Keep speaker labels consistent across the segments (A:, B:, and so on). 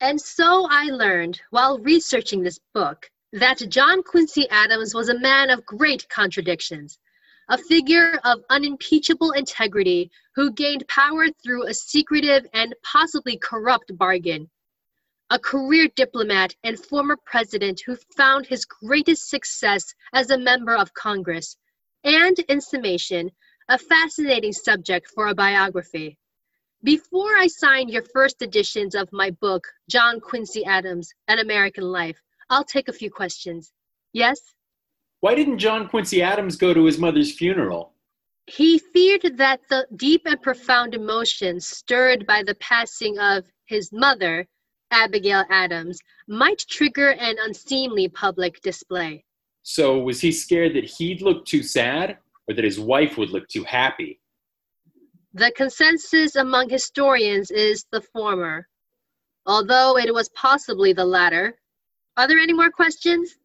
A: And so I learned, while researching this book, that John Quincy Adams was a man of great contradictions, a figure of unimpeachable integrity who gained power through a secretive and possibly corrupt bargain, a career diplomat and former president who found his greatest success as a member of Congress, and, in summation, a fascinating subject for a biography. Before I sign your first editions of my book, John Quincy Adams, An American Life, I'll take a few questions. Yes?
B: Why didn't John Quincy Adams go to his mother's funeral?
A: He feared that the deep and profound emotion stirred by the passing of his mother, Abigail Adams, might trigger an unseemly public display.
B: So, was he scared that he'd look too sad or that his wife would look too happy?
A: The consensus among historians is the former, although it was possibly the latter. Are there any more questions?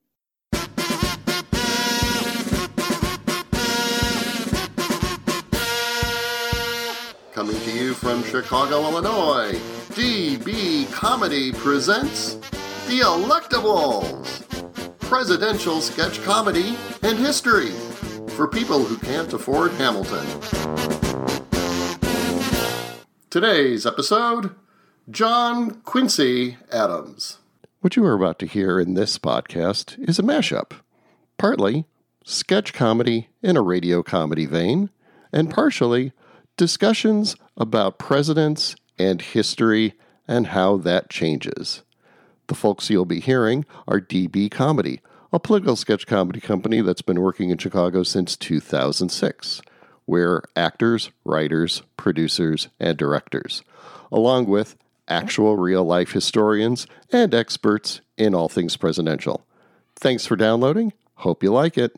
C: Coming to you from Chicago, Illinois, DB Comedy presents The Electables Presidential Sketch Comedy and History for people who can't afford Hamilton. Today's episode John Quincy Adams. What you are about to hear in this podcast is a mashup, partly sketch comedy in a radio comedy vein, and partially discussions about presidents and history and how that changes. The folks you'll be hearing are DB Comedy, a political sketch comedy company that's been working in Chicago since 2006 where actors, writers, producers, and directors, along with actual real life historians and experts in all things presidential. Thanks for downloading. Hope you like it.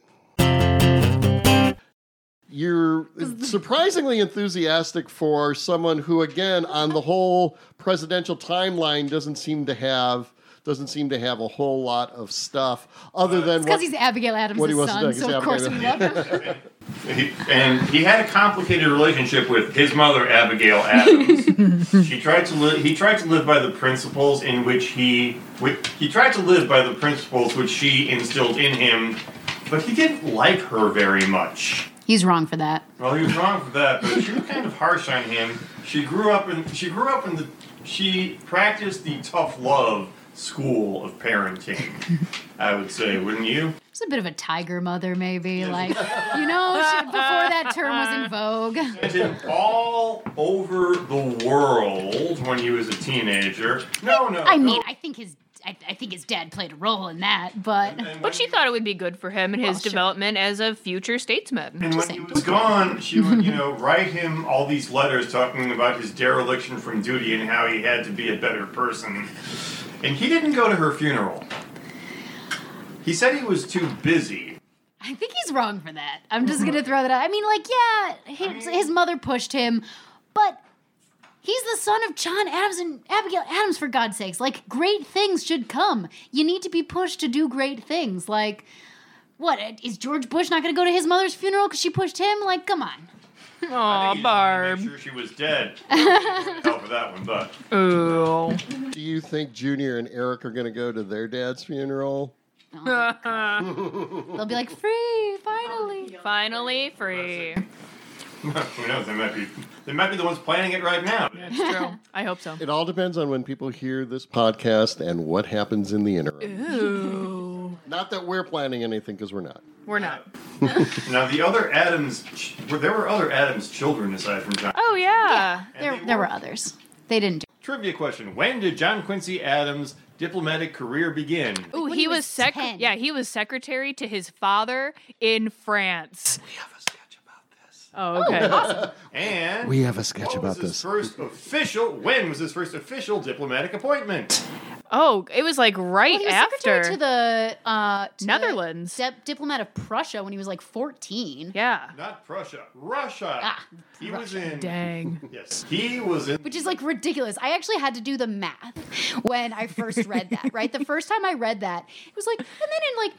C: You're surprisingly enthusiastic for someone who, again, on the whole presidential timeline, doesn't seem to have doesn't seem to have a whole lot of stuff other than
D: Because he's Abigail Adams'
C: what he wants to
D: son,
C: do,
D: so
C: he's
D: of course we love him.
E: He, and he had a complicated relationship with his mother, Abigail Adams. she tried to li- he tried to live by the principles in which he whi- he tried to live by the principles which she instilled in him, but he didn't like her very much.
D: He's wrong for that.
E: Well, he was wrong for that, but she was kind of harsh on him. She grew up in she grew up in the she practiced the tough love school of parenting. I would say, wouldn't you?
D: It's a bit of a tiger mother, maybe. Like, you know, she, before that term was in vogue.
E: Presented all over the world when he was a teenager. No, no.
D: I mean,
E: no.
D: I think his I, I think his dad played a role in that, but
E: And when-
F: But she thought it would be good for him and his
D: Well, sure.
F: development as a future statesman.
E: And when he was gone, she would, you know, write him all these letters talking about his dereliction from duty and how he had to be a better person. And he didn't go to her funeral. He said he was too busy.
D: I think he's wrong for that. I'm just gonna throw that out. I mean, like, yeah, his, his mother pushed him, but he's the son of John Adams and Abigail Adams, for God's sakes. Like, great things should come. You need to be pushed to do great things. Like, what? Is George Bush not gonna go to his mother's funeral because she pushed him? Like, come on.
E: I
F: Aw,
E: think he just wanted to
F: Barb.
E: Make sure she was dead. Hell for that one, but
F: Ooh.
C: Do you think Junior and Eric are going to go to their dad's funeral?
D: Oh, They'll be like, free, finally.
F: Finally free.
E: who knows? They might be. They might be the ones planning it right now.
F: True. I hope so.
C: It all depends on when people hear this podcast and what happens in the interim.
F: Ooh.
C: Not that we're planning anything because we're not.
F: We're not.
E: Now the other Adams, ch- well, there were other Adams children aside from John.
F: Oh, yeah.
E: And
D: There,
E: they
D: there were others. They didn't do
E: Trivia question: When did John Quincy Adams' diplomatic career begin?
F: Ooh,
D: When
F: he
D: he
F: was
D: was
F: sec.
D: 10.
F: Yeah, he was secretary to his father in France.
E: We have a sketch about this.
F: Oh, okay.
E: And
C: We have a sketch
E: what was
C: about
E: his
C: this.
E: First official. When was his first official diplomatic appointment?
F: Oh, it was like right
D: Well, he was
F: after
D: secretary to the uh, to the
F: Netherlands.
D: dip- diplomat of Prussia when he was like 14.
F: yeah.
E: Not Prussia, Russia.
D: Ah,
E: he was in.
F: Dang.
E: Yes, he was in.
D: Which is like ridiculous. I actually had to do the math when I first read that, right? The first time I read that, it was like, and then in like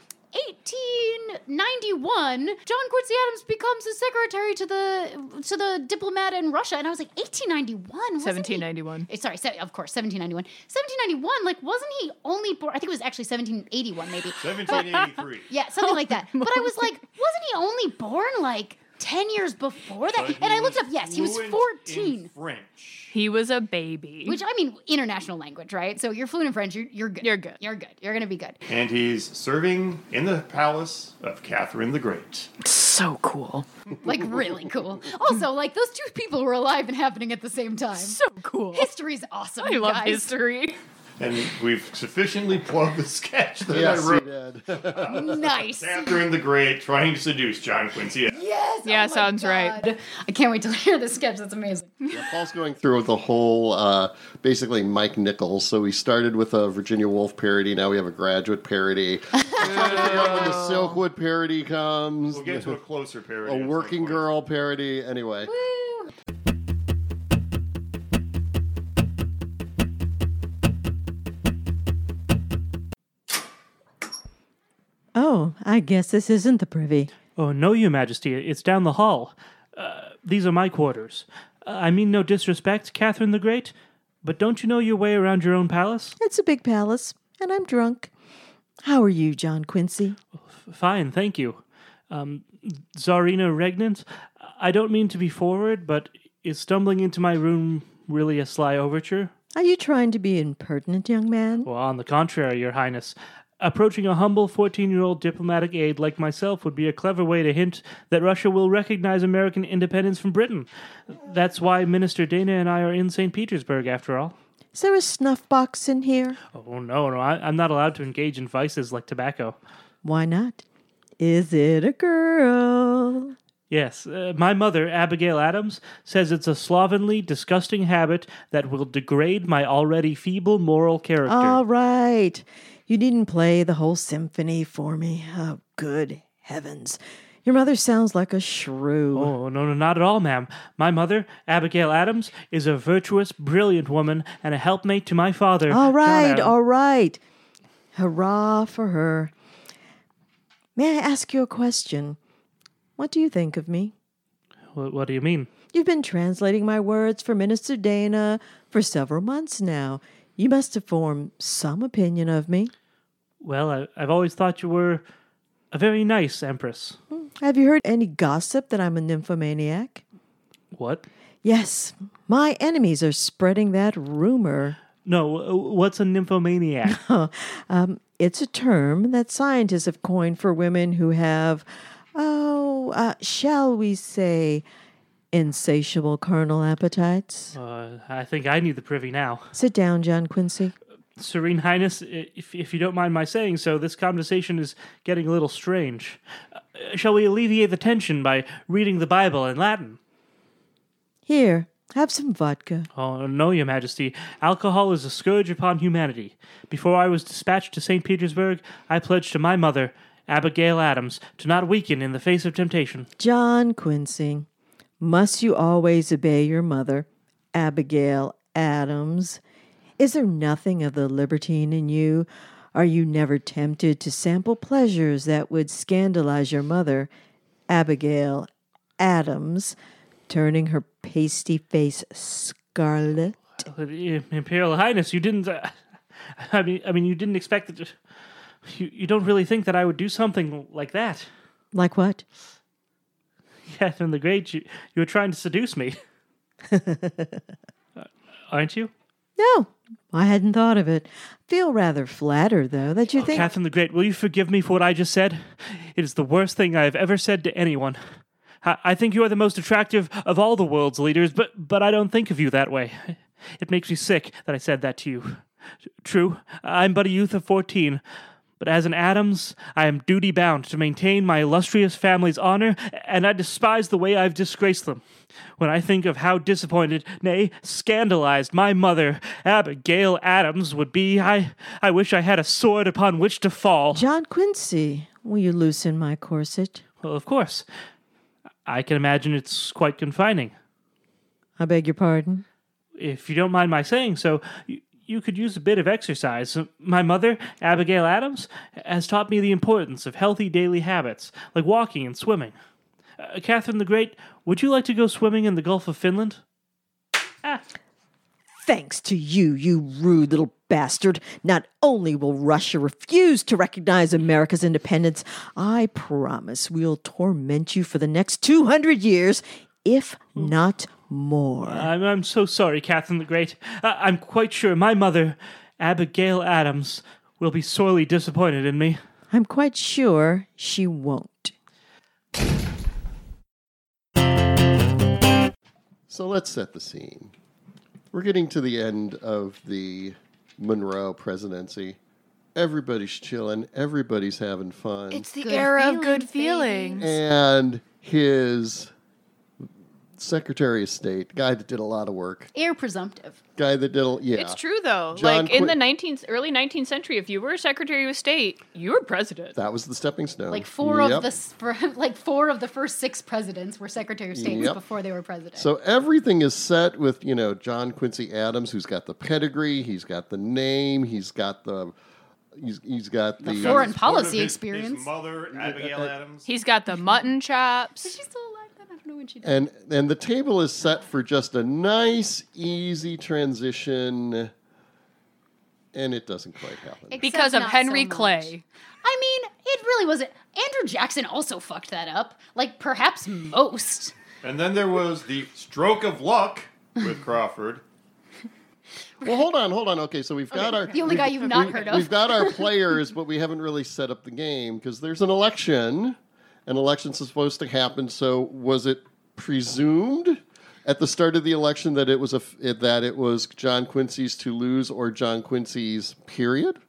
D: 1891, John Quincy Adams becomes the secretary to the to the diplomat in Russia, and I was like, 1891, wasn't he-
F: 1791.
D: Eh, Sorry, se- of course, 1791. 1791, like, wasn't he only born? I think it was actually 1781, maybe.
E: 1783.
D: Yeah, something like that. But I was like, wasn't he only born like 10 years before that?
E: But he
D: And I looked up,
E: was
D: yes, he was
E: fluent
D: 14.
E: in French.
F: He was a baby.
D: Which I mean, international language, right? So you're fluent in French, you're, you're good.
F: You're good.
D: You're good. You're gonna be good.
E: And he's serving in the palace of Catherine the Great.
F: so cool.
D: Like really cool. Also, like those two people were alive and happening at the same time.
F: So cool.
D: History's awesome.
F: I
D: you
F: love
D: guys.
F: history.
E: And we've sufficiently plugged the sketch that
C: Yes,
E: I
C: you
E: wrote.
C: did.
D: Nice.
E: Catherine the Great trying to seduce John Quincy.
D: Yes. oh my
F: Yeah, sounds right.
D: God. I can't wait to hear this sketch. That's amazing.
C: Yeah, Paul's going through the whole, uh, basically Mike Nichols. So we started with a Virginia Woolf parody. Now we have a graduate parody. We're trying to figure out when the Silkwood parody comes.
E: We'll get to a closer parody.
C: a
E: at some
C: working
E: point.
C: girl parody. Anyway,
D: Woo.
G: Oh, I guess this isn't the privy.
H: Oh, no, Your Majesty, it's down the hall. Uh, these are my quarters. Uh, I mean no disrespect, Catherine the Great, but don't you know your way around your own palace?
G: It's a big palace, and I'm drunk. How are you, John Quincy?
H: Fine, thank you. Um, Tsarina Regnant, I don't mean to be forward, but is stumbling into my room really a sly overture?
G: Are you trying to be impertinent, young man?
H: Well, on the contrary, Your Highness. Approaching a humble 14 year old diplomatic aide like myself would be a clever way to hint that Russia will recognize American independence from Britain. That's why Minister Dana and I are in St. Petersburg, after all.
G: Is there a snuff box in here?
H: Oh, no, no, I, I'm not allowed to engage in vices like tobacco.
G: Why not? Is it a girl?
H: Yes, uh, my mother, Abigail Adams, says it's a slovenly, disgusting habit that will degrade my already feeble moral character.
G: All right. You needn't play the whole symphony for me. Oh, good heavens. Your mother sounds like a shrew.
H: Oh, no, no, not at all, ma'am. My mother, Abigail Adams, is a virtuous, brilliant woman and a helpmate to my father.
G: All
H: John
G: right,
H: Adams.
G: all right. Hurrah for her. May I ask you a question? What do you think of me?
H: Wh- What do you mean?
G: You've been translating my words for Minister Dana for several months now. You must have formed some opinion of me.
H: Well, I, I've always thought you were a very nice empress.
G: Have you heard any gossip that I'm a nymphomaniac?
H: What?
G: Yes, my enemies are spreading that rumor.
H: No, wh- what's a nymphomaniac?
G: Um, It's a term that scientists have coined for women who have, oh, uh, shall we say, insatiable carnal appetites.
H: uh, I think I need the privy now.
G: Sit down, John Quincy.
H: Serene Highness, i- if, if you don't mind my saying so, this conversation is getting a little strange. Uh, shall we alleviate the tension by reading the Bible in Latin?
G: Here, have some vodka.
H: Oh, no, Your Majesty. Alcohol is a scourge upon humanity. Before I was dispatched to St. Petersburg, I pledged to my mother, Abigail Adams, to not weaken in the face of temptation.
G: John Quincy, must you always obey your mother, Abigail Adams? Is there nothing of the libertine in you? Are you never tempted to sample pleasures that would scandalize your mother, Abigail Adams, turning her pasty face scarlet?
H: Uh, Imperial Highness, you didn't. Uh, I mean, I mean, you didn't expect that. You, you don't really think that I would do something like that,
G: Like what?
H: Catherine the Great? You, you were trying to seduce me, Uh, aren't you?
G: No, I hadn't thought of it. Feel rather flattered, though, that you think.
H: Oh, Catherine the Great, will you forgive me for what I just said? It is the worst thing I have ever said to anyone. I I think you are the most attractive of all the world's leaders, but but I don't think of you that way. It makes me sick that I said that to you. True, I'm but a youth of fourteen, But as an Adams, I am duty bound to maintain my illustrious family's honor, and I despise the way I've disgraced them. When I think of how disappointed, nay, scandalized my mother, Abigail Adams, would be, I, I wish I had a sword upon which to fall.
G: John Quincy, will you loosen my corset?
H: Well, of course. I can imagine it's quite confining.
G: I beg your pardon.
H: If you don't mind my saying so, you, you could use a bit of exercise. My mother, Abigail Adams, has taught me the importance of healthy daily habits, like walking and swimming. Uh, Catherine the Great, would you like to go swimming in the Gulf of Finland? Ah.
G: Thanks to you, you rude little bastard. Not only will Russia refuse to recognize America's independence, I promise we'll torment you for the next 200 years, if not more.
H: I'm, I'm so sorry, Catherine the Great. I, am quite sure my mother, Abigail Adams, will be sorely disappointed in me.
G: I'm quite sure she won't.
C: So let's set the scene. We're getting to the end of the Monroe presidency. Everybody's chilling, everybody's having fun.
F: It's the
D: Good
F: era of
D: feelings,
F: good
D: baby.
F: feelings.
C: and his Secretary of State, guy that did a lot of work,
D: Air presumptive.
C: guy that did a, yeah.
F: It's true though.
C: John
F: like in
C: Quin-
F: the 19th early 19th century if you were Secretary of State, you were president.
C: That was the stepping stone.
D: Like four
C: Yep.
D: of the s- for, like four of the first six presidents were Secretary of States
C: Yep.
D: before they were president.
C: So everything is set with, you know, John Quincy Adams, who's got the pedigree, he's got the name, he's got the he's, he's got the,
D: foreign
E: Part of
D: policy
E: his-
D: experience.
E: His mother, Abigail Adams.
F: He's got the mutton
D: Is
F: chops.
D: she still alive? Then I don't know when she died.
C: and and the table is set for just a nice easy transition and it doesn't quite happen.
D: Except
F: Because of
D: not so
F: Henry
D: much.
F: Clay.
D: I mean, it really wasn't. Andrew Jackson also fucked that up. Like perhaps most.
E: And then there was the stroke of luck with Crawford.
C: Well, hold on, hold on. Okay, so we've got our
D: The only guy you've not heard
C: We've
D: of.
C: got our players, but we haven't really set up the game because there's an election. An election's supposed to happen. So was it presumed at the start of the election that it was a f- eh, that it was John Quincy's to lose or John Quincy's period?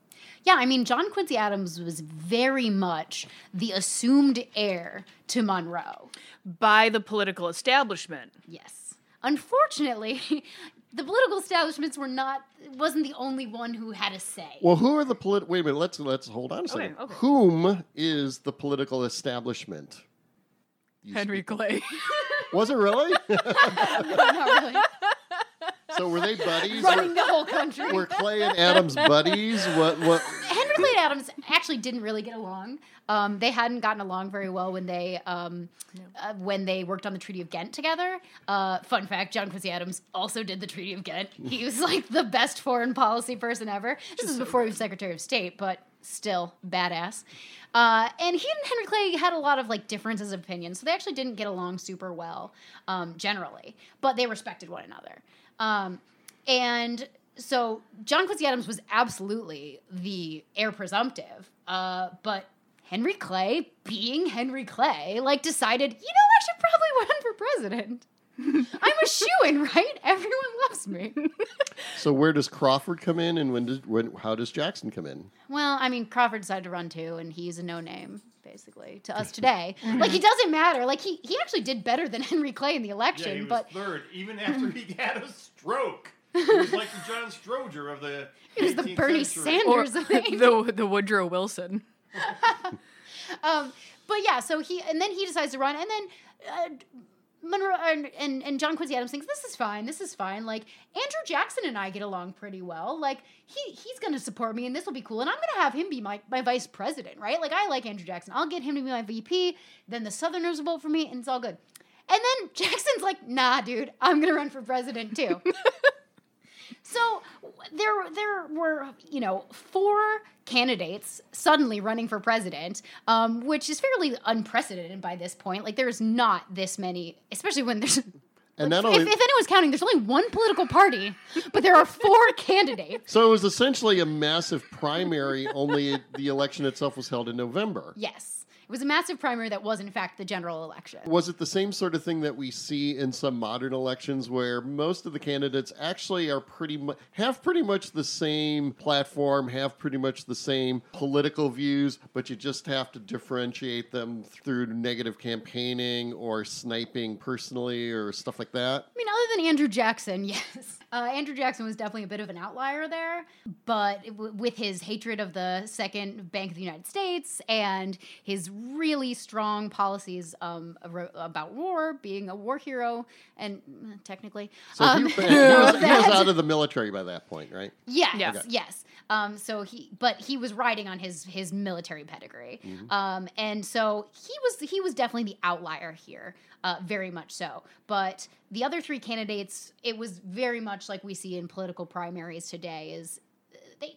D: Yeah, I mean, John Quincy Adams was very much the assumed heir to Monroe.
F: by the political establishment.
D: Yes. Unfortunately, the political establishments were not wasn't the only one who had a say.
C: Well, who are the polit? Wait a minute. Let's let's hold on a second.
F: okay.
C: Whom is the political establishment?
F: Henry Clay.
C: Was it really?
D: Not really.
C: so were they buddies?
D: running
C: Were,
D: the whole country.
C: were Clay and Adams buddies? What what?
D: Henry Clay Adams actually didn't really get along. Um, they hadn't gotten along very well when they um, uh, when they worked on the Treaty of Ghent together. Uh, fun fact: John Quincy Adams also did the Treaty of Ghent. He was like the best foreign policy person ever. This was before he was Secretary of State, but still badass. Uh, and he and Henry Clay had a lot of like differences of opinion, so they actually didn't get along super well um, generally. But they respected one another. Um, and so John Quincy Adams was absolutely the heir presumptive, uh, but Henry Clay, being Henry Clay, like decided, you know, I should probably run for president. I'm a shoe in, right? Everyone loves me.
C: So where does Crawford come in, and when did when? How does Jackson come in?
D: well, I mean, Crawford decided to run too, and he's a no name, basically, to us today.
E: Mm-hmm.
D: like, it doesn't matter. Like, he, he actually did better than Henry Clay in the
E: Yeah,
D: election,
E: he was
D: but
E: third, even after he had a stroke. He was like the John Stroger of the.
D: it was the
E: 18th
D: Bernie
E: century.
F: or
D: Sanders thing.
F: the the Woodrow Wilson.
D: um, but yeah, so he and then he decides to run, and then uh, Monroe and, and and John Quincy Adams thinks this is fine, this is fine. Like Andrew Jackson and I get along pretty well. Like he he's going to support me, and this will be cool, and I'm going to have him be my my vice president, right? Like I like Andrew Jackson, I'll get him to be my VP. Then the Southerners will vote for me, and it's all good. And then Jackson's like, "Nah, dude, I'm going to run for president too." So w- there, there were you know four candidates suddenly running for president, um, which is fairly unprecedented by this point. Like there is not this many, especially when there's.
C: And not
D: if,
C: only
D: if anyone's counting, there's only one political party, but there are four candidates.
C: So it was essentially a massive primary, only the election itself was held in November.
D: Yes, It was a massive primary that was, in fact, the general election.
C: Was it the same sort of thing that we see in some modern elections where most of the candidates actually are pretty mu- have pretty much the same platform, have pretty much the same political views, but you just have to differentiate them through negative campaigning or sniping personally or stuff like that?
D: I mean, other than Andrew Jackson, yes. Uh, Andrew Jackson was definitely a bit of an outlier there, but w- with his hatred of the Second Bank of the United States and his really strong policies um, aro- about war, being a war hero, and mm, technically.
C: So
D: um,
C: he, he was, he was
D: that-
C: out of the military by that point, right?
D: Yes,
F: Yeah.
D: yes. Um, so he, but he was riding on his his military pedigree, um, and so he was he was definitely the outlier here, uh, very much so. But the other three candidates, it was very much like we see in political primaries today. Is uh, they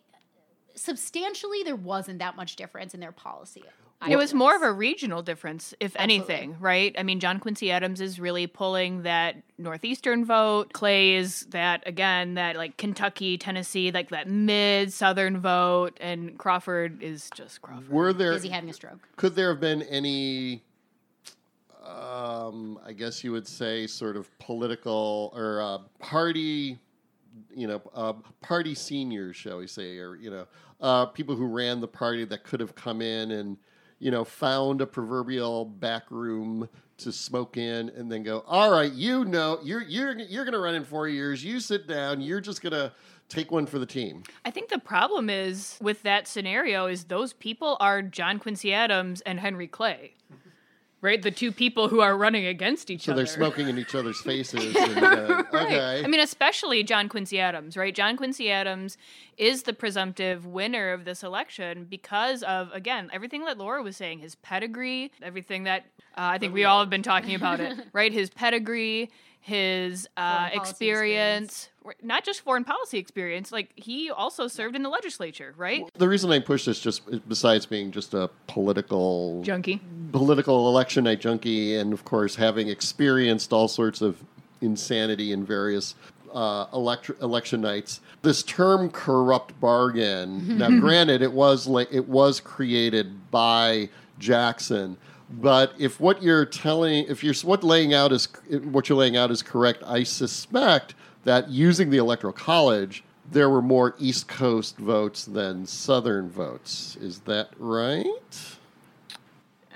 D: substantially there wasn't that much difference in their policy.
F: It was more of a regional difference, if anything, right? I mean, John Quincy Adams is really pulling that northeastern vote. Clay is that again, that like Kentucky, Tennessee, like that mid southern vote, and Crawford is just Crawford.
C: Were there
D: Is he having a stroke?
C: could there have been any um i guess you would say sort of political or uh, party you know uh, party seniors shall we say or you know uh, people who ran the party that could have come in and you know found a proverbial back room to smoke in and then go all right you know you're you're you're going to run in 4 years you sit down you're just going to take one for the team
F: I think the problem is with that scenario is those people are John Quincy Adams and Henry Clay, right? The two people who are running against each
C: so
F: other.
C: they're smoking in each other's faces and, uh,
F: Right.
C: okay
F: I mean, especially John Quincy Adams, right? John Quincy Adams is the presumptive winner of this election because of, again, everything that Laura was saying his pedigree, everything that uh, I think we all have been talking about it, right? His pedigree, his uh,
D: Foreign policy
F: experience, not just foreign policy experience, like he also served in the legislature, right?
C: The reason I push this, just besides being just a political
F: Junkie.
C: political election night junkie, and of course having experienced all sorts of insanity in various uh, elect- election nights, this term "corrupt bargain." now, granted, it was like it was created by Jackson. But if what you're telling, if you're what laying out is what you're laying out is correct, I suspect that using the electoral college there were more East Coast votes than Southern votes. Is that right?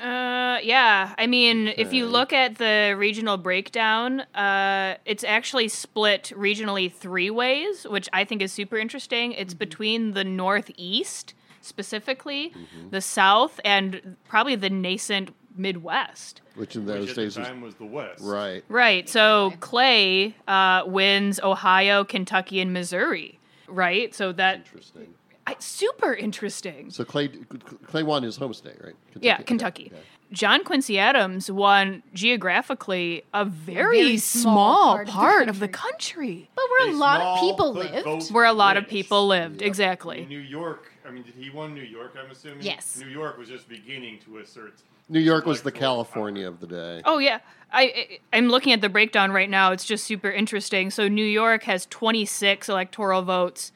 F: Uh, yeah. I mean, if you look at the regional breakdown, uh, it's actually split regionally three ways, which I think is super interesting. It's between the Northeast, specifically, the South, and probably the nascent Midwest.
C: Which in
E: Which
C: those
E: at the
C: days was
E: time was the West.
C: right.
F: Right. So Clay uh, wins Ohio, Kentucky, and Missouri. Right. So that
C: Interesting.
F: I, super interesting.
C: So Clay Clay won his home state, right? Kentucky.
F: Yeah, Kentucky. John Quincy Adams won geographically a very,
D: very
F: small,
D: small part of the
F: part of the country,
D: But where a lot of
E: small
D: people
E: but
D: lived.
E: vote
F: where a lot of
E: rich.
F: people lived.
E: I mean,
F: Exactly.
E: New York. I mean, did he won New York? I'm assuming.
D: Yes.
E: New York was just beginning to assert.
C: New York was the
E: Electoral power.
C: California of the day.
F: Oh yeah, I, I I'm looking at the breakdown right now. It's just super interesting. So New York has 26 electoral votes,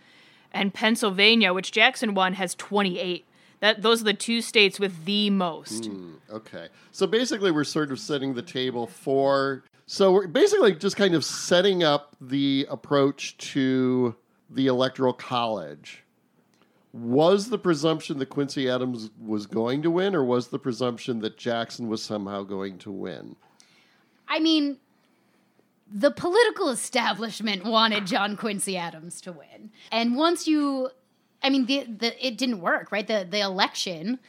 F: and Pennsylvania, which Jackson won, has 28. That those are the two states with the most.
C: Hmm, Okay. So basically, we're sort of setting the table for. So we're basically just kind of setting up the approach to the Electoral College. Was the presumption that Quincy Adams was going to win, or was the presumption that Jackson was somehow going to win?
D: I mean, the political establishment wanted John Quincy Adams to win. And once you I mean the, the it didn't work, right? The the election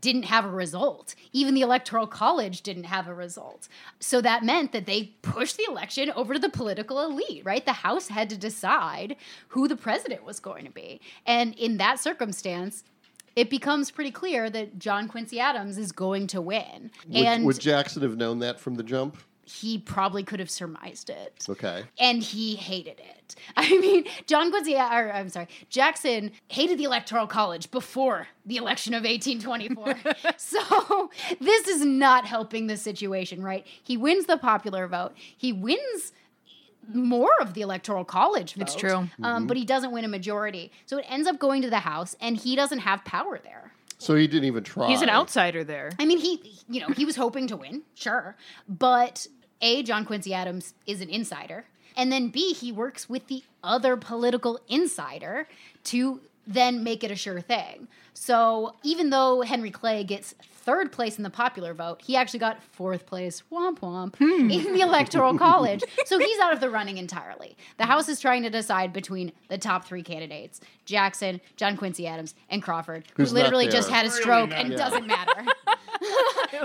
D: didn't have a result. Even the electoral college didn't have a result. So that meant that they pushed the election over to the political elite, right? The house had to decide who the president was going to be. And in that circumstance, it becomes pretty clear that John Quincy Adams is going to win.
C: Would,
D: and
C: would Jackson have known that from the jump?
D: he probably could have surmised it
C: Okay.
D: and he hated it. I mean, John Quincy, or I'm sorry, Jackson hated the Electoral College before the election of 1824. so this is not helping the situation, right? He wins the popular vote. He wins more of the electoral college vote.
F: It's true.
D: Um, But he doesn't win a majority. So it ends up going to the House, and he doesn't have power there.
C: So he didn't even try.
F: He's an outsider there.
D: I mean, he, you know, he was hoping to win, sure. But A, John Quincy Adams is an insider. And then B, he works with the other political insider to then make it a sure thing. So even though Henry Clay gets third place in the popular vote, he actually got fourth place, womp womp,
F: Hmm.
D: in the Electoral College. So he's out of the running entirely. The House is trying to decide between the top three candidates Jackson, John Quincy Adams, and Crawford,
C: Who's
D: who
C: not
D: literally
C: there.
D: just had a
E: Really
D: stroke
E: not
D: and
E: there.
D: doesn't matter.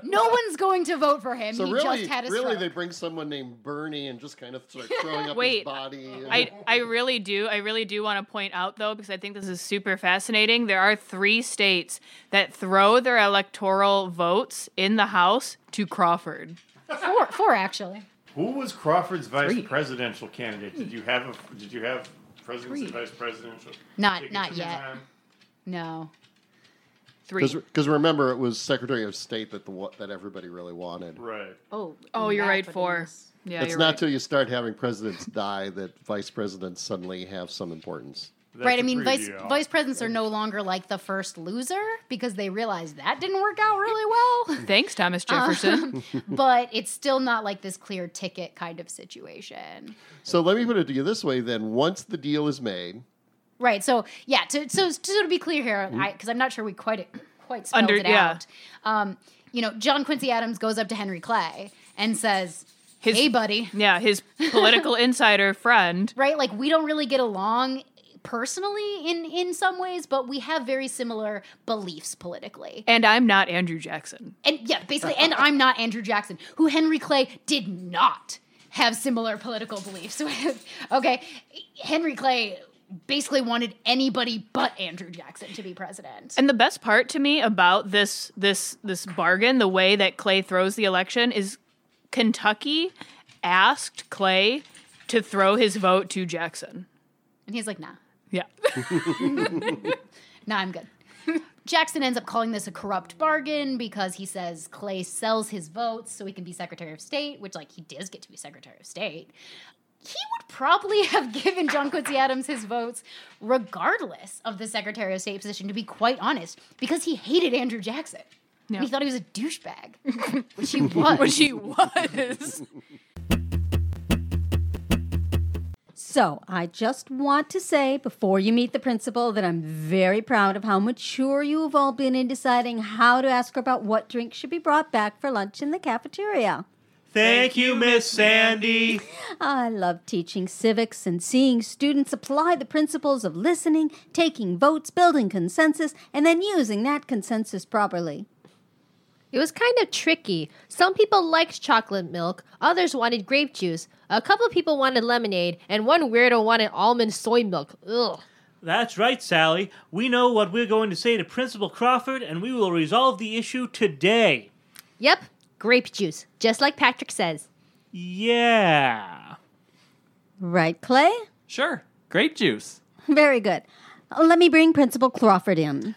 D: no one's going to vote for him.
C: So
D: he
C: really,
D: just had a
C: really,
D: stroke.
C: they bring someone named Bernie and just kind of start throwing up his
F: Wait,
C: body. and-
F: I, I really do. I really do want to point out, though, because I think this is super fascinating. There are three states that throw their electoral votes in the House to Crawford.
D: four, four actually.
E: Who was Crawford's vice presidential candidate? Did you have a? Did you have presidents and vice presidential?
D: Not
E: tickets
D: not
E: at the
D: yet.
E: time?
D: No. Oh,
F: Three.
C: Because remember, it was Secretary of State that the wa- that everybody really wanted.
E: Right.
D: Oh.
F: Oh, you're right. Four. Yeah,
C: It's
F: you're
C: not
F: right.
C: till you start having presidents die that vice presidents suddenly have some importance.
E: That's
D: right. I
E: a
D: mean, vice
E: preview.
D: vice presidents are no longer like the first loser because they realized that didn't work out really well. Um,
F: Thanks, Thomas Jefferson.
D: but it's still not like this clear ticket kind of situation.
C: So let me put it to you this way: then, once the deal is made,
D: Right. So yeah. To, so so to be clear here, because I'm not sure we quite quite spelled
F: Mm-hmm. Under-
D: it
F: yeah.
D: out. Um, you know, John Quincy Adams goes up to Henry Clay and says,
F: His-
D: "Hey, buddy."
F: yeah, his political insider friend.
D: right? Like we don't really get along personally in in some ways, but we have very similar beliefs politically.
F: And I'm not Andrew Jackson.
D: And yeah, basically, and I'm not Andrew Jackson, who Henry Clay did not have similar political beliefs with. okay, Henry Clay basically wanted anybody but Andrew Jackson to be president.
F: And the best part to me about this this this bargain, the way that Clay throws the election, is Kentucky asked Clay to throw his vote to Jackson.
D: And he's like, "Nah,
F: Yeah.
D: nah, I'm good." Jackson ends up calling this a corrupt bargain because he says Clay sells his votes so he can be Secretary of State, which, like, he does get to be Secretary of State. he would probably have given John Quincy Adams his votes regardless of the Secretary of State position, to be quite honest, because he hated Andrew Jackson. And he thought he was a douchebag, which he was.
F: Which he was.
I: So I just want to say before you meet the principal that I'm very proud of how mature you have all been in deciding how to ask her about what drink should be brought back for lunch in the cafeteria.
H: Thank you, Miss Sandy.
I: I love teaching civics and seeing students apply the principles of listening, taking votes, building consensus, and then using that consensus properly.
A: It was kind of tricky. Some people liked chocolate milk, others wanted grape juice, a couple people wanted lemonade, and one weirdo wanted almond soy milk. Ugh.
H: That's right, Sally. We know what we're going to say to Principal Crawford, and we will resolve the issue today.
A: Yep, grape juice, just like Patrick says.
H: Yeah.
I: Right, Clay?
J: Sure. Grape juice.
I: Very good. Let me bring Principal Crawford in.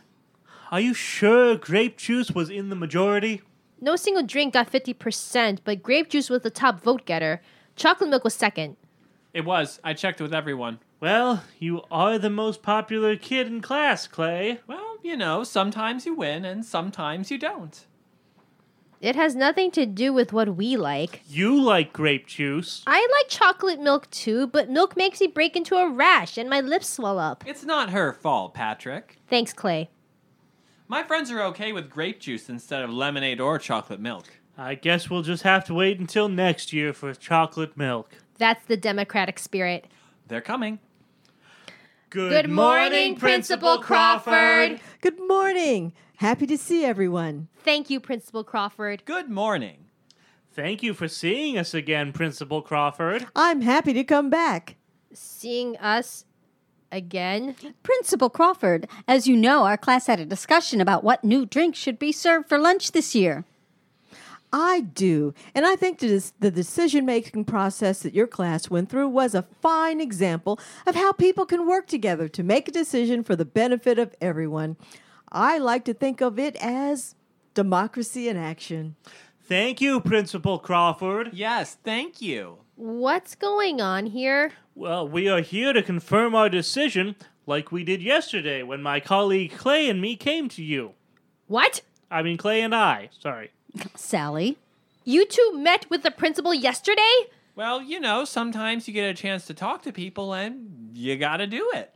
H: Are you sure grape juice was in the majority?
A: No single drink got 50%, but grape juice was the top vote getter. Chocolate milk was second.
J: It was. I checked with everyone.
H: Well, you are the most popular kid in class, Clay.
J: Well, you know, sometimes you win and sometimes you don't.
A: It has nothing to do with what we like.
H: You like grape juice.
A: I like chocolate milk too, but milk makes me break into a rash and my lips swell up.
J: It's not her fault, Patrick.
A: Thanks, Clay.
J: My friends are okay with grape juice instead of lemonade or chocolate milk.
H: I guess we'll just have to wait until next year for chocolate milk.
A: That's the democratic spirit.
J: They're coming.
H: Good,
A: Good morning, Principal Crawford.
G: Good morning. Happy to see everyone.
A: Thank you, Principal Crawford.
J: Good morning.
H: Thank you for seeing us again, Principal Crawford.
G: I'm happy to come back.
A: Seeing us again.
I: Principal Crawford, as you know, our class had a discussion about what new drink should be served for lunch this year.
G: I do. And I think the des- the decision making process that your class went through was a fine example of how people can work together to make a decision for the benefit of everyone. I like to think of it as democracy in action.
H: Thank you, Principal Crawford.
J: Yes, thank you.
A: What's going on here?
H: Well, we are here to confirm our decision like we did yesterday when my colleague Clay and me came to you.
K: What?
H: I mean, Clay and I. Sorry.
I: Sally.
K: You two met with the principal yesterday?
J: Well, you know, sometimes you get a chance to talk to people and you got to do it.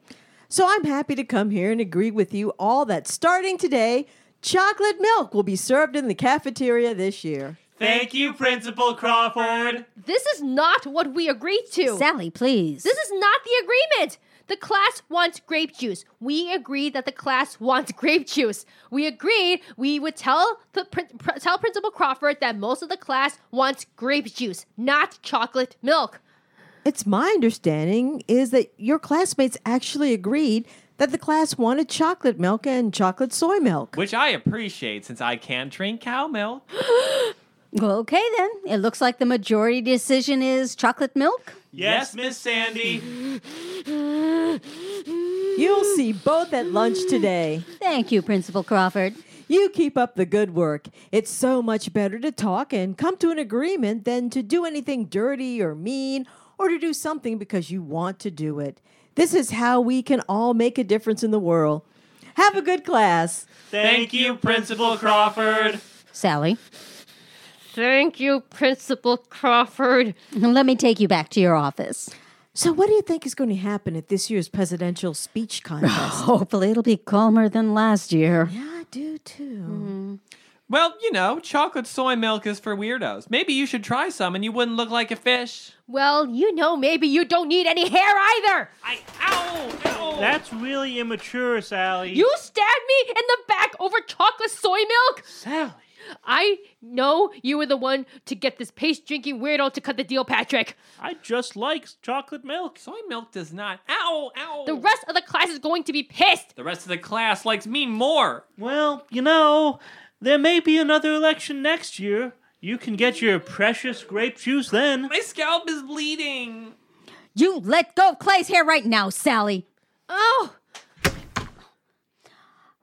G: So I'm happy to come here and agree with you all that starting today, chocolate milk will be served in the cafeteria this year.
J: Thank you, Principal Crawford.
K: This is not what we agreed to.
I: Sally, please.
K: This is not the agreement. The class wants grape juice. We agreed that the class wants grape juice. We agreed we would tell the prin- pr- tell Principal Crawford that most of the class wants grape juice, not chocolate milk.
G: It's my understanding is that your classmates actually agreed that the class wanted chocolate milk and chocolate soy milk.
J: Which I appreciate since I can't drink cow milk.
I: Well, okay then. It looks like the majority decision is chocolate milk.
J: Yes, Miss Sandy.
G: You'll see both at lunch today.
I: Thank you, Principal Crawford.
G: You keep up the good work. It's so much better to talk and come to an agreement than to do anything dirty or mean or to do something because you want to do it. This is how we can all make a difference in the world. Have a good class.
J: Thank you, Principal Crawford.
I: Sally,
K: Thank you, Principal Crawford.
I: let me take you back to your office.
G: So, what do you think is going to happen at this year's presidential speech contest?
I: Hopefully, it'll be calmer than last year.
G: yeah, I do too.
J: Well, you know, chocolate soy milk is for weirdos. Maybe you should try some and you wouldn't look like a fish.
K: Well, you know, maybe you don't need any hair either.
J: I ow, ow.
H: Oh, That's really immature, Sally.
K: You stabbed me in the back over chocolate soy milk.
H: Sally.
K: I know you were the one to get this paste drinking weirdo to cut the deal, Patrick.
H: I just like chocolate milk.
J: soy milk does not. Ow, ow.
K: The rest of the class is going to be pissed.
J: the rest of the class likes me more.
H: Well, you know, there may be another election next year. You can get your precious grape juice then.
J: My scalp is bleeding.
I: You let go of Clay's hair right now, Sally.
K: Oh,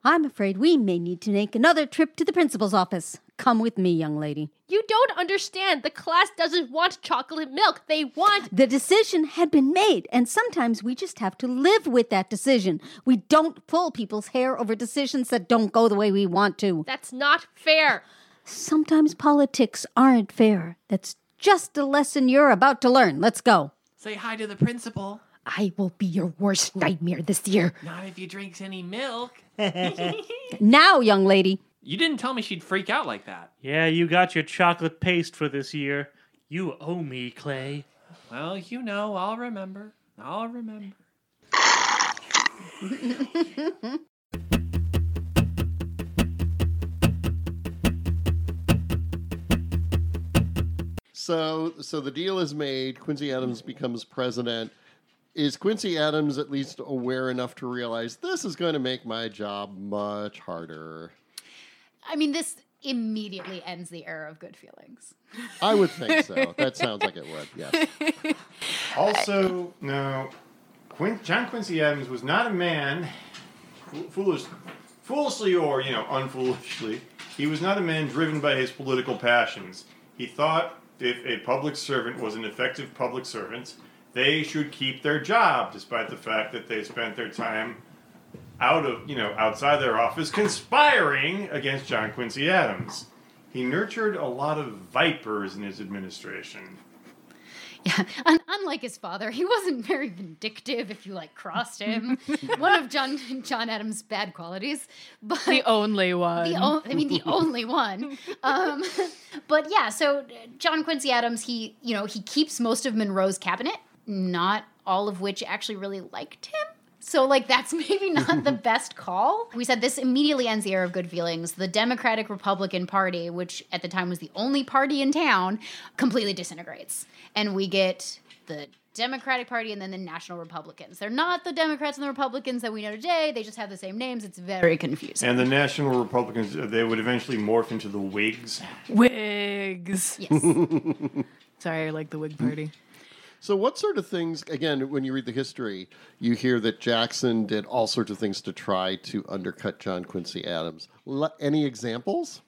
I: I'm afraid we may need to make another trip to the principal's office. Come with me, young lady.
K: you don't understand. The class doesn't want chocolate milk. They want.
I: The decision had been made, and sometimes we just have to live with that decision. We don't pull people's hair over decisions that don't go the way we want to.
K: That's not fair.
I: Sometimes politics aren't fair. That's just a lesson you're about to learn. Let's go.
J: Say hi to the principal.
K: I will be your worst nightmare this year.
J: Not if you drinks any milk.
I: Now, young lady.
J: You didn't tell me she'd freak out like that.
H: Yeah, you got your chocolate paste for this year. You owe me, Clay.
J: Well, you know, I'll remember. I'll remember.
C: So, so the deal is made. Quincy Adams becomes president. Is Quincy Adams at least aware enough to realize this is going to make my job much harder?
D: I mean, this immediately ends the era of good feelings.
C: I would think so. that sounds like it would. Yes.
E: Also, no, Quin- John Quincy Adams was not a man, fool- foolish, foolishly or you know unfoolishly, he was not a man driven by his political passions. He thought if a public servant was an effective public servant, they should keep their job, despite the fact that they spent their time out of you know outside their office conspiring against John Quincy Adams. He nurtured a lot of vipers in his administration.
D: Yeah. Un- unlike his father, he wasn't very vindictive if you like crossed him. one of John John Adams' bad qualities. But
F: The only one.
D: the o- I mean the only one. Um, but yeah, so uh, John Quincy Adams, he you know he keeps most of Monroe's cabinet, not all of which actually really liked him. So like that's maybe not the best call. We said this immediately ends the era of good feelings. The Democratic Republican Party, which at the time was the only party in town, completely disintegrates, and we get the Democratic Party and then the National Republicans. They're not the Democrats and the Republicans that we know today. They just have the same names. It's very confusing.
E: And the National Republicans, uh, they would eventually morph into the Whigs.
F: Wigs.
D: yes.
F: Sorry, I like the wig party.
C: So, what sort of things, again, when you read the history, you hear that Jackson did all sorts of things to try to undercut John Quincy Adams. Le- any examples?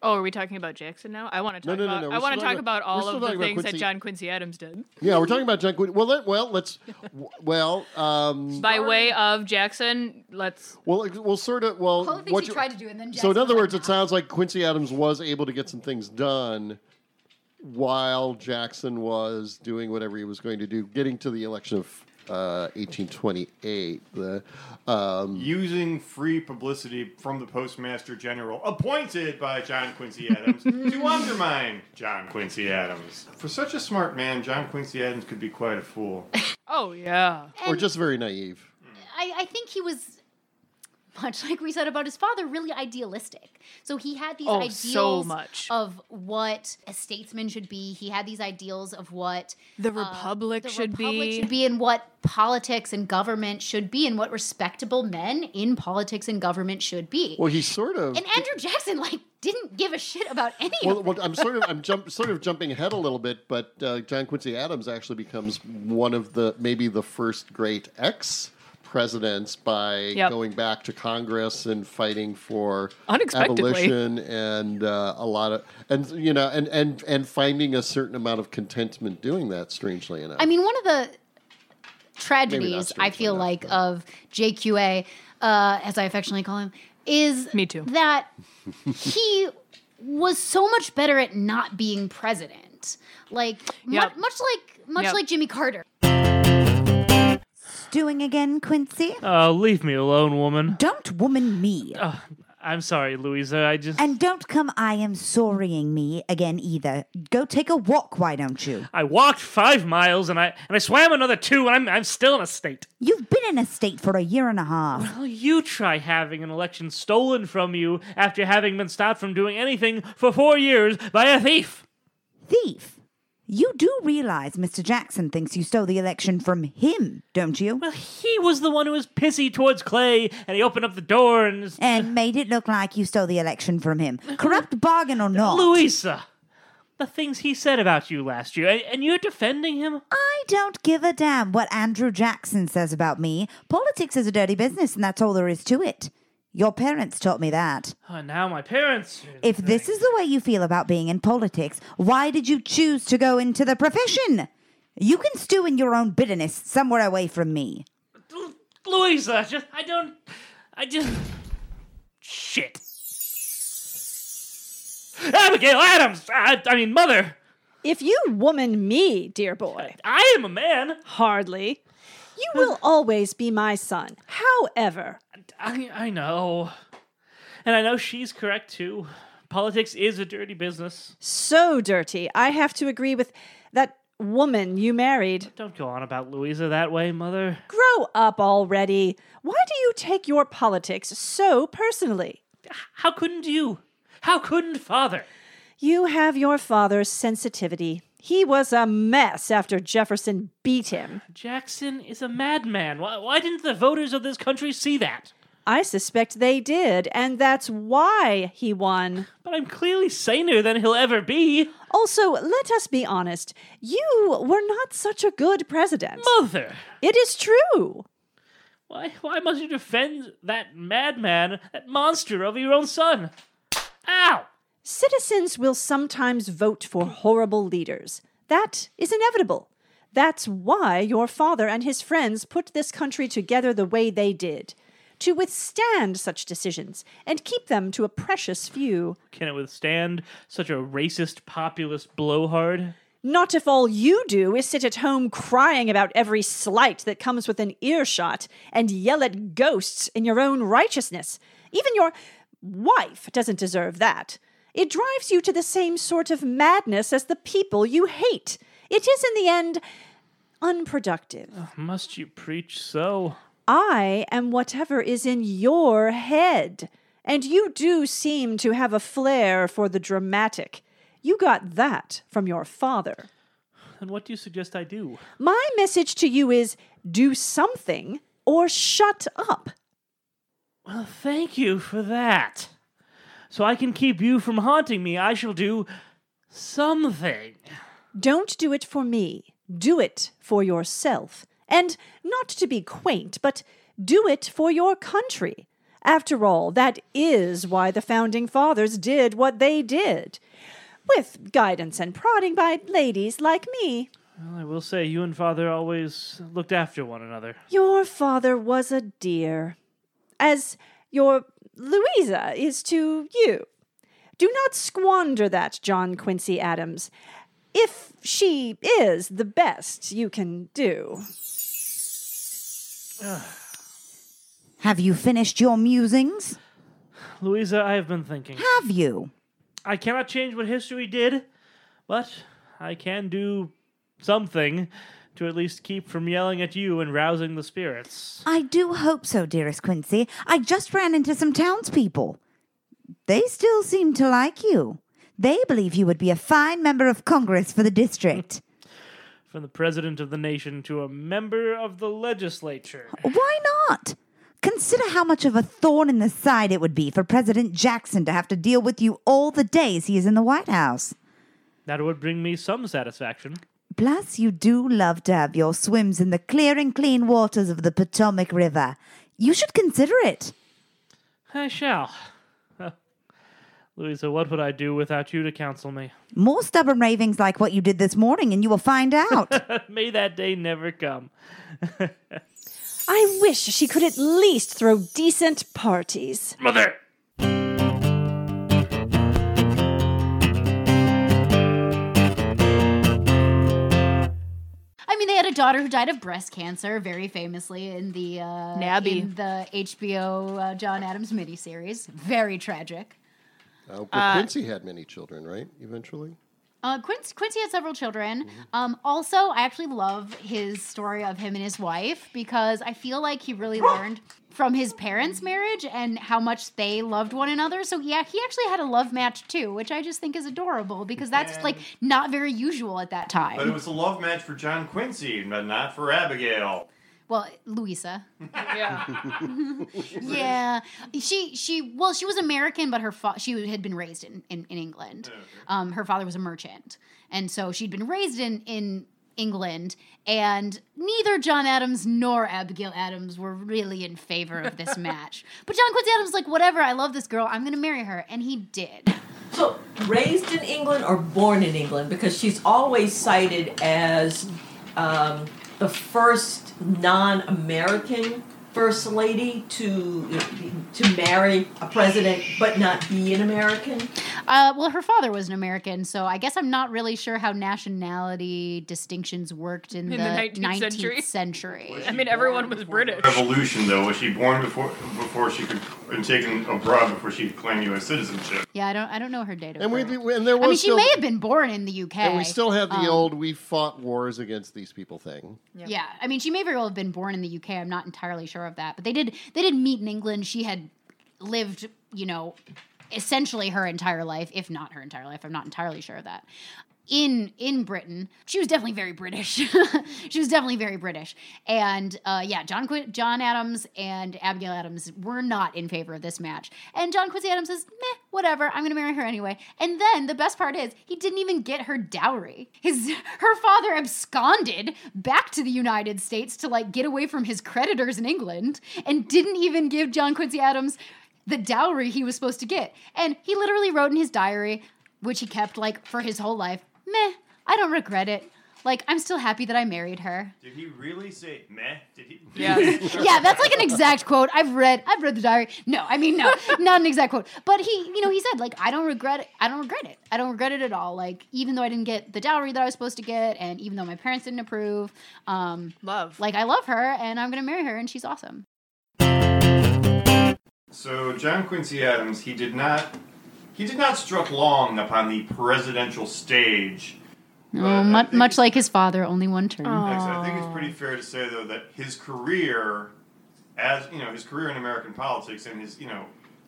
F: Oh, are we talking about Jackson now? I want to
C: No,
F: talk
C: no, no,
F: about.
C: no, we're
F: I want to
C: still
F: talk
C: talking
F: about
C: about- we're
F: all
C: still
F: of the
C: talking about
F: things that
C: Quincy-
F: John Quincy Adams did
C: Yeah, we're talking about John Quincy. Well, let, well, let's. w- Well, um,
F: by way of Jackson. Let's.
C: well, ex- well, sort of. Well,
D: All the things
C: what
D: he
C: you-
D: tried to do, and then
C: so in
D: Jackson
C: other
D: was
C: words, it sounds like Quincy Adams was able to get some things done while Jackson was doing whatever he was going to do, getting to the election of uh, 1828. The um,
E: Using free publicity from the Postmaster General, appointed by John Quincy Adams, to undermine John Quincy Adams. For such a smart man, John Quincy Adams could be quite a fool.
F: Oh yeah.
C: or just very naive.
D: I, I think he was much like we said about his father really idealistic so he had these
F: Oh,
D: ideals
F: so much.
D: of what a statesman should be he had these ideals of what
F: The
D: uh,
F: Republic
D: the
F: should
D: republic
F: be-
D: should be and what politics and government should be and what respectable men in politics and government should be
C: Well, he sort of.
D: and andrew jackson like didn't give a shit about any
C: well,
D: of
C: well, I'm sort of I'm jump, sort of jumping ahead a little bit, but uh, John Quincy Adams actually becomes one of the maybe the first great ex presidents by
F: Yep.
C: going back to Congress and fighting for
F: Unexpectedly.
C: abolition and uh, a lot of and you know and and and finding a certain amount of contentment doing that. Strangely enough,
D: I mean, one of the
C: Maybe not
D: tragedies
C: strangely
D: I feel like of JQA, uh, as I affectionately call him, is
F: Me too.
D: that he was so much better at not being president. Like mu-
F: Yep.
D: much like much
F: Yep.
D: like Jimmy Carter.
L: Doing again, Quincy?
H: Oh, leave me alone, woman.
L: Don't woman me.
H: I'm sorry, Louisa. I just.
L: And don't come I am sorrying me again either. Go take a walk, why don't you?
H: I walked five miles and I and I swam another two, and I'm I'm still in a state.
L: You've been in a state for a year and a half.
H: Well, you try having an election stolen from you after having been stopped from doing anything for four years by a thief.
L: Thief. You do realize Mr. Jackson thinks you stole the election from him, don't you?
H: He was the one who was pissy towards Clay, and he opened up the door and.
L: and made it look like you stole the election from him. Corrupt bargain or not.
H: Louisa! The things he said about you last year, and, and you're defending him?
L: I don't give a damn what Andrew Jackson says about me. Politics is a dirty business, and that's all there is to it. Your parents taught me that.
H: Oh, now my parents.
L: If this is the way you feel about being in politics, why did you choose to go into the profession? You can stew in your own bitterness somewhere away from me.
H: Louisa, just, I don't. I just. Shit. Abigail Adams! I, I mean, mother!
M: If you woman me, dear boy,
H: I am a man.
M: Hardly. You will always be my son. However,
H: I, I know. And I know she's correct, too. Politics is a dirty business.
M: so dirty, I have to agree with that woman you married.
H: Don't go on about Louisa that way, mother.
M: Grow up already. Why do you take your politics so personally?
H: How couldn't you? How couldn't father?
M: You have your father's sensitivity. He was a mess after Jefferson beat him.
H: Jackson is a madman. Why, why didn't the voters of this country see that?
M: I suspect they did, and that's why he won.
H: But I'm clearly saner than he'll ever be.
M: Also, let us be honest. You were not such a good president.
H: Mother!
M: It is true.
H: Why, why must you defend that madman, that monster of your own son? Ow!
M: Citizens will sometimes vote for horrible leaders. That is inevitable. That's why your father and his friends put this country together the way they did to withstand such decisions and keep them to a precious few.
H: Can it withstand such a racist populist blowhard?
M: Not if all you do is sit at home crying about every slight that comes within earshot and yell at ghosts in your own righteousness. Even your wife doesn't deserve that. It drives you to the same sort of madness as the people you hate. It is, in the end, unproductive.
H: Must you preach so?
M: I am whatever is in your head. And you do seem to have a flair for the dramatic. You got that from your father.
H: And what do you suggest I do?
M: My message to you is do something or shut up.
H: Well, thank you for that. So I can keep you from haunting me, I shall do something.
M: Don't do it for me. Do it for yourself. And not to be quaint, but do it for your country. After all, that is why the founding fathers did what they did. With guidance and prodding by ladies like me.
H: Well, I will say, you and Father always looked after one another.
M: Your father was a dear, as your Louisa is to you. Do not squander that, John Quincy Adams, if she is the best you can do.
L: Have you finished your musings?
H: Louisa, I have been thinking.
L: Have you?
H: I cannot change what history did, but I can do something to at least keep from yelling at you and rousing the spirits.
L: I do hope so, dearest Quincy. I just ran into some townspeople. They still seem to like you. They believe you would be a fine member of Congress for the district.
H: From the president of the nation to a member of the legislature.
L: Why not? Consider how much of a thorn in the side it would be for President Jackson to have to deal with you all the days he is in the White House.
H: That would bring me some satisfaction.
L: Plus, you do love to have your swims in the clear and clean waters of the Potomac River. You should consider it.
H: I shall. Louisa, what would I do without you to counsel me?
L: More stubborn ravings like what you did this morning, and you will find out.
H: May that day never come.
M: I wish she could at least throw decent parties.
B: Mother!
D: I mean, they had a daughter who died of breast cancer, very famously in the uh, Nabby in the HBO uh, John Adams miniseries. Very tragic.
C: Uh, but
D: Uh,
C: Quincy had many children, right? Eventually.
D: Uh, Quincy, Quincy had several children.
E: Mm-hmm.
D: Um, also, I actually love his story of him and his wife because I feel like he really learned from his parents' marriage and how much they loved one another. So yeah, he actually had a love match too, which I just think is adorable because that's like not very usual at that time.
E: But it was a love match for John Quincy, but not for Abigail.
D: well, Louisa. yeah she she well she was american but her fa- she had been raised in in, in
F: Oh,
D: england um, her father was a merchant and so she'd been raised in in england and neither john adams nor abigail adams were really in favor of this match but john quincy adams was like whatever i love this girl i'm gonna marry her and he did
N: So, raised in England or born in England? Because she's always cited as um, the first non-American first lady to to marry a president, but not be an American.
D: uh, well her father was an american so i guess i'm not really sure how nationality distinctions worked in,
F: In the 19th century?
D: century.
F: I mean, everyone was British.
E: Revolution, though, was she born before before she could and taken abroad before she could claim U.S. citizenship?
D: yeah i don't i don't know her date of
C: And we,
D: birth.
C: we- and there was
D: I mean, she
C: still,
D: may have been born in the UK.
C: and we still have the
D: Um,
C: old "we fought wars against these people" thing.
D: Yeah. I mean, she may very well have been born in the UK. I'm not entirely sure of that, but they did they did meet in England. She had lived, you know, essentially her entire life, if not her entire life. I'm not entirely sure of that. In in Britain, she was definitely very British. she was definitely very British, and uh, yeah, John Qu- John Adams and Abigail Adams were not in favor of this match. And John Quincy Adams says, "Meh, whatever. I'm going to marry her anyway." And then the best part is he didn't even get her dowry. His her father absconded back to the United States to like get away from his creditors in England, and didn't even give John Quincy Adams the dowry he was supposed to get. And he literally wrote in his diary, which he kept like for his whole life, meh, I don't regret it. Like, I'm still happy that I married her.
E: Did he really say meh? Did he?
D: yeah, that's like an exact quote. I've read I've read the diary. No, I mean no, not an exact quote. But he, you know, he said like I don't regret it. I don't regret it. I don't regret it at all. Like even though I didn't get the dowry that I was supposed to get and even though my parents didn't approve, um
F: love.
D: Like I love her and I'm going to marry her and she's awesome.
E: So John Quincy Adams, he did not he did not struck long upon the presidential stage.
D: Oh, much, much like his father, only one term.
E: I think it's pretty fair to say though that his career as you know, his career in American politics and his, you know,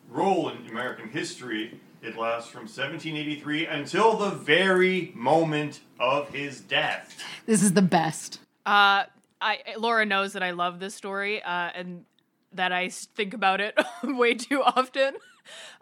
E: role in American history, it lasts from seventeen eighty three until the very moment of his death.
D: This is the best.
F: Uh, I Laura knows that I love this story, uh, and that I s- think about it way too often.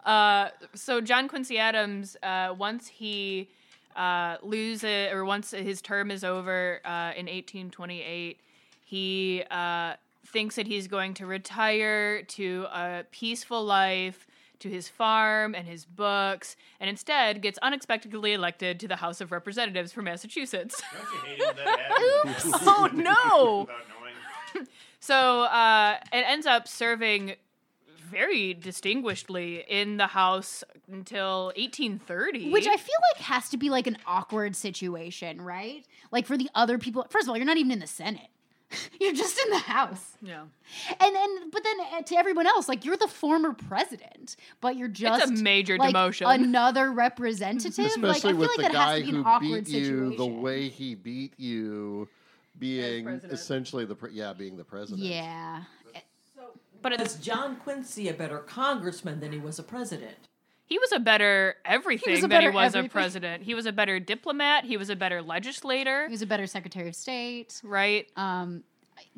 F: Uh, so John Quincy Adams, uh, once he uh, loses or once his term is over uh, in 1828, he uh, thinks that he's going to retire to a peaceful life, to his farm and his books, and instead gets unexpectedly elected to the House of Representatives for Massachusetts. oh no! so uh, it ends up serving very distinguishedly in the House until 1830.
D: Which I feel like has to be like an awkward situation, right? Like for the other people. First of all, you're not even in the Senate. You're just in the House.
F: Yeah.
D: And then but then uh, to everyone else, like you're the former president, but you're just
F: major
D: like,
F: demotion.
D: Another representative. like I
C: Especially
D: feel
C: with
D: like
C: the
D: that has
C: guy
D: to be an
C: who
D: awkward
C: beat you, the
D: situation.
C: way he beat you, being
N: president.
C: essentially the pre- yeah, being the president.
D: Yeah.
F: But
N: was John Quincy a better congressman than he was a president?
F: He was a better everything
D: a
F: than
D: better
F: he was
D: everything.
F: a president. He was a better diplomat. He was a better legislator. He
D: was a better secretary of state.
F: Right.
D: Um,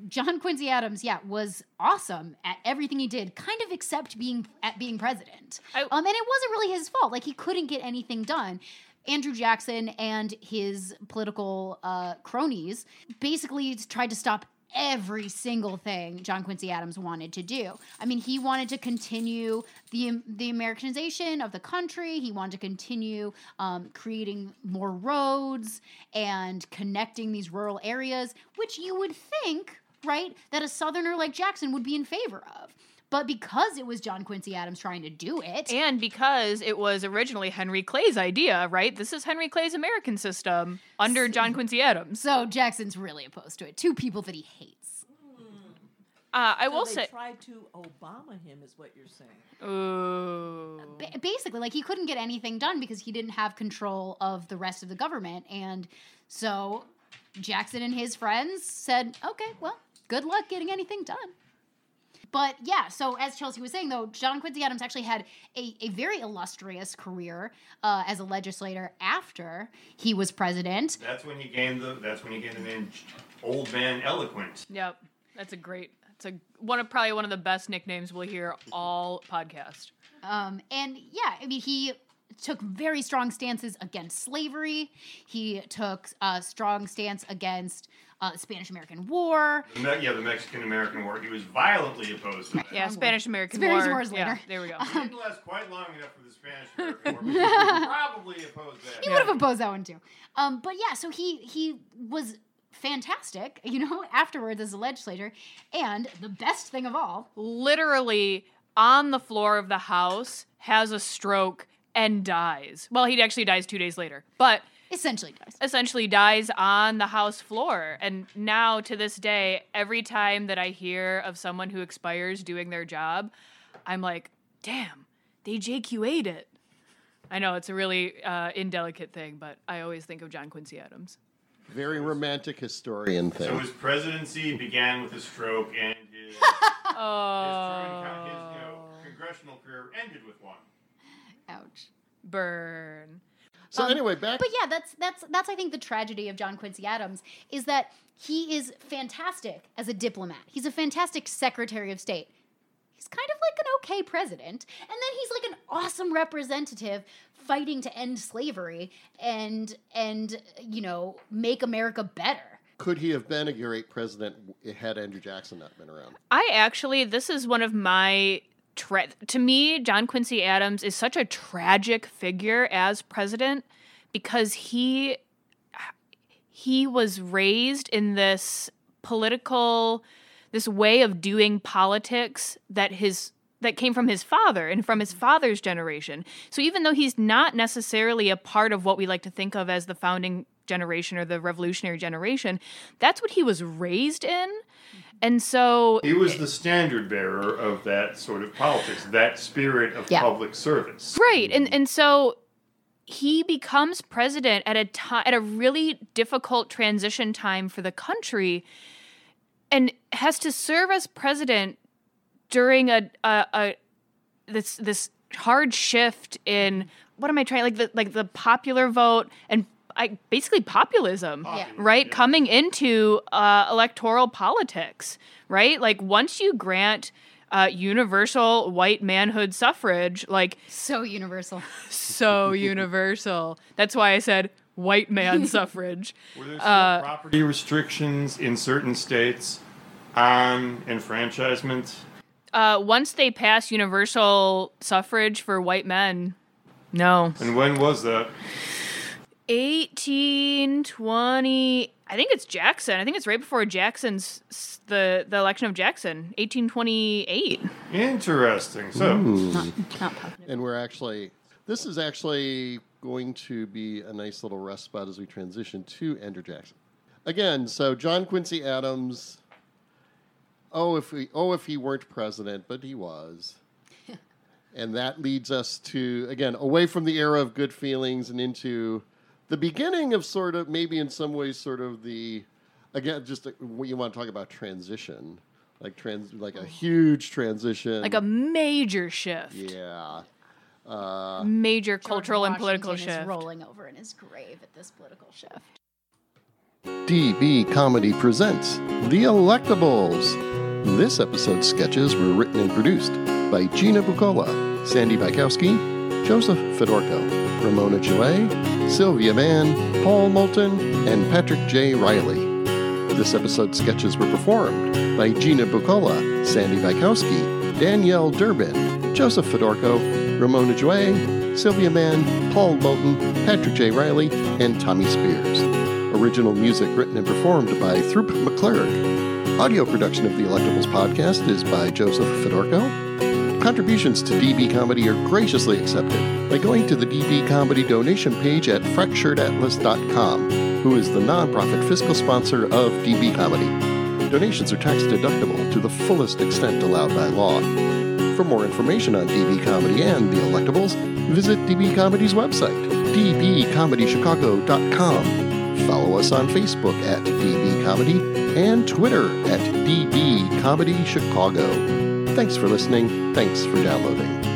D: John Quincy Adams, yeah, was awesome at everything he did, kind of except being at being president. um, and it wasn't really his fault; like he couldn't get anything done. Andrew Jackson and his political uh, cronies basically tried to stop every single thing John Quincy Adams wanted to do. I mean, he wanted to continue the the Americanization of the country. He wanted to continue um, creating more roads and connecting these rural areas, which you would think, right, that a Southerner like Jackson would be in favor of. But because it was John Quincy Adams trying to do it,
F: And because it was originally Henry Clay's idea, right? This is Henry Clay's American system under John Quincy Adams.
D: So Jackson's really opposed to it. Two people that he hates.
F: Uh, I
N: So
F: will
N: they
F: say,
N: tried to Obama him, is what you're saying.
F: Ooh.
D: ba- basically like he couldn't get anything done because he didn't have control of the rest of the government and so jackson and his friends said okay well good luck getting anything done but yeah so as chelsea was saying though john quincy adams actually had a, a very illustrious career uh, as a legislator after he was president
E: That's when he gained the. That's when he gained the name J- Old Man Eloquent.
F: Yep, that's a great. That's a one of probably one of the best nicknames we'll hear all podcast.
D: Um, and yeah, I mean, he took very strong stances against slavery. He took a strong stance against uh, the Spanish American War.
E: The Me- yeah, the Mexican American War. He was violently opposed to that.
F: Yeah, Spanish American War.
D: Oh. Spanish War is
F: Yeah,
D: later.
F: there we go.
E: It didn't last quite long enough for the Spanish American War. but he probably opposed that.
D: He would have opposed that one too. Um, but yeah, so he he was fantastic, you know, afterwards as a legislator. And the best thing of all,
F: Literally on the floor of the house, has a stroke and dies. Well, he actually dies two days later, but
D: essentially dies.
F: Essentially dies on the house floor. And now to this day, every time that I hear of someone who expires doing their job, I'm like, damn, they JQA'd it. I know it's a really uh, indelicate thing, but I always think of John Quincy Adams.
C: Very romantic historian thing.
E: So his presidency began with a stroke, and his, his, his you know,
F: Oh.
E: congressional career ended with one.
D: ouch.
F: Burn.
C: So anyway, back.
D: Um, But yeah, that's that's that's I think the tragedy of John Quincy Adams is that he is fantastic as a diplomat. He's a fantastic Secretary of State. He's kind of like an okay president, and then he's like an awesome representative fighting to end slavery and and you know make America better.
C: Could he have been a great president had Andrew Jackson not been around?
F: I actually, this is one of my. Tra- to me, John Quincy Adams is such a tragic figure as president because he he was raised in this political this way of doing politics that his that came from his father and from his father's generation. So even though he's not necessarily a part of what we like to think of as the founding generation or the revolutionary generation, that's what he was raised in. And so
E: He was the standard bearer of that sort of politics, that spirit of
F: Yeah.
E: public service.
F: Right. And and so he becomes president at a time at a really difficult transition time for the country and has to serve as president during a a, a this this hard shift in what am I trying like the like the popular vote and I, basically populism, right? Coming into uh, electoral politics, right? Like once you grant uh, universal white manhood suffrage, like
D: So universal.
F: so universal. That's why I said white man suffrage.
E: Were there
F: Uh,
E: Property restrictions in certain states. on enfranchisement?
F: Uh, once they pass universal suffrage for white men, No.
E: And when was that?
F: 1820 I think it's Jackson. I think it's right before Jackson's s- the the election of Jackson, 1828.
E: Interesting. So,
C: Ooh. and we're actually this is actually going to be a nice little rest spot as we transition to Andrew Jackson again. So John Quincy Adams. Oh, if we oh if he weren't president, but he was. And that leads us to, again, away from the era of good feelings and into the beginning of sort of, maybe in some ways, sort of the, again, just uh, what you want to talk about transition, like trans, like a huge transition.
F: Like a major shift.
C: Yeah. Uh,
F: Major cultural and
D: Washington
F: political
D: is
F: shift.
D: rolling over in his grave at this political shift.
C: DB Comedy presents The Electables. This episode's sketches were written and produced by Gina Bucola, Sandy Bykowski, Joseph Fedorko, Ramona Gillet, Sylvia Mann, Paul Moulton, and Patrick J. Riley. This episode's sketches were performed by Gina Bucola, Sandy Bykowski, Danielle Durbin, Joseph Fedorko, Ramona Jue, Sylvia Mann, Paul Moulton, Patrick J. Riley, and Tommy Spears. Original music written and performed by Throop McClurg. Audio production of the Electables podcast is by Joseph Fedorko. Contributions to DB Comedy are graciously accepted by going to the DB Comedy donation page at fracturedatlas.com, who is the nonprofit fiscal sponsor of DB Comedy. Donations are tax deductible to the fullest extent allowed by law. For more information on DB Comedy and the Electables, visit DB Comedy's website, dbcomedychicago.com. Follow us on Facebook at DB Comedy and Twitter at DB Comedy Chicago. Thanks for listening. Thanks for downloading.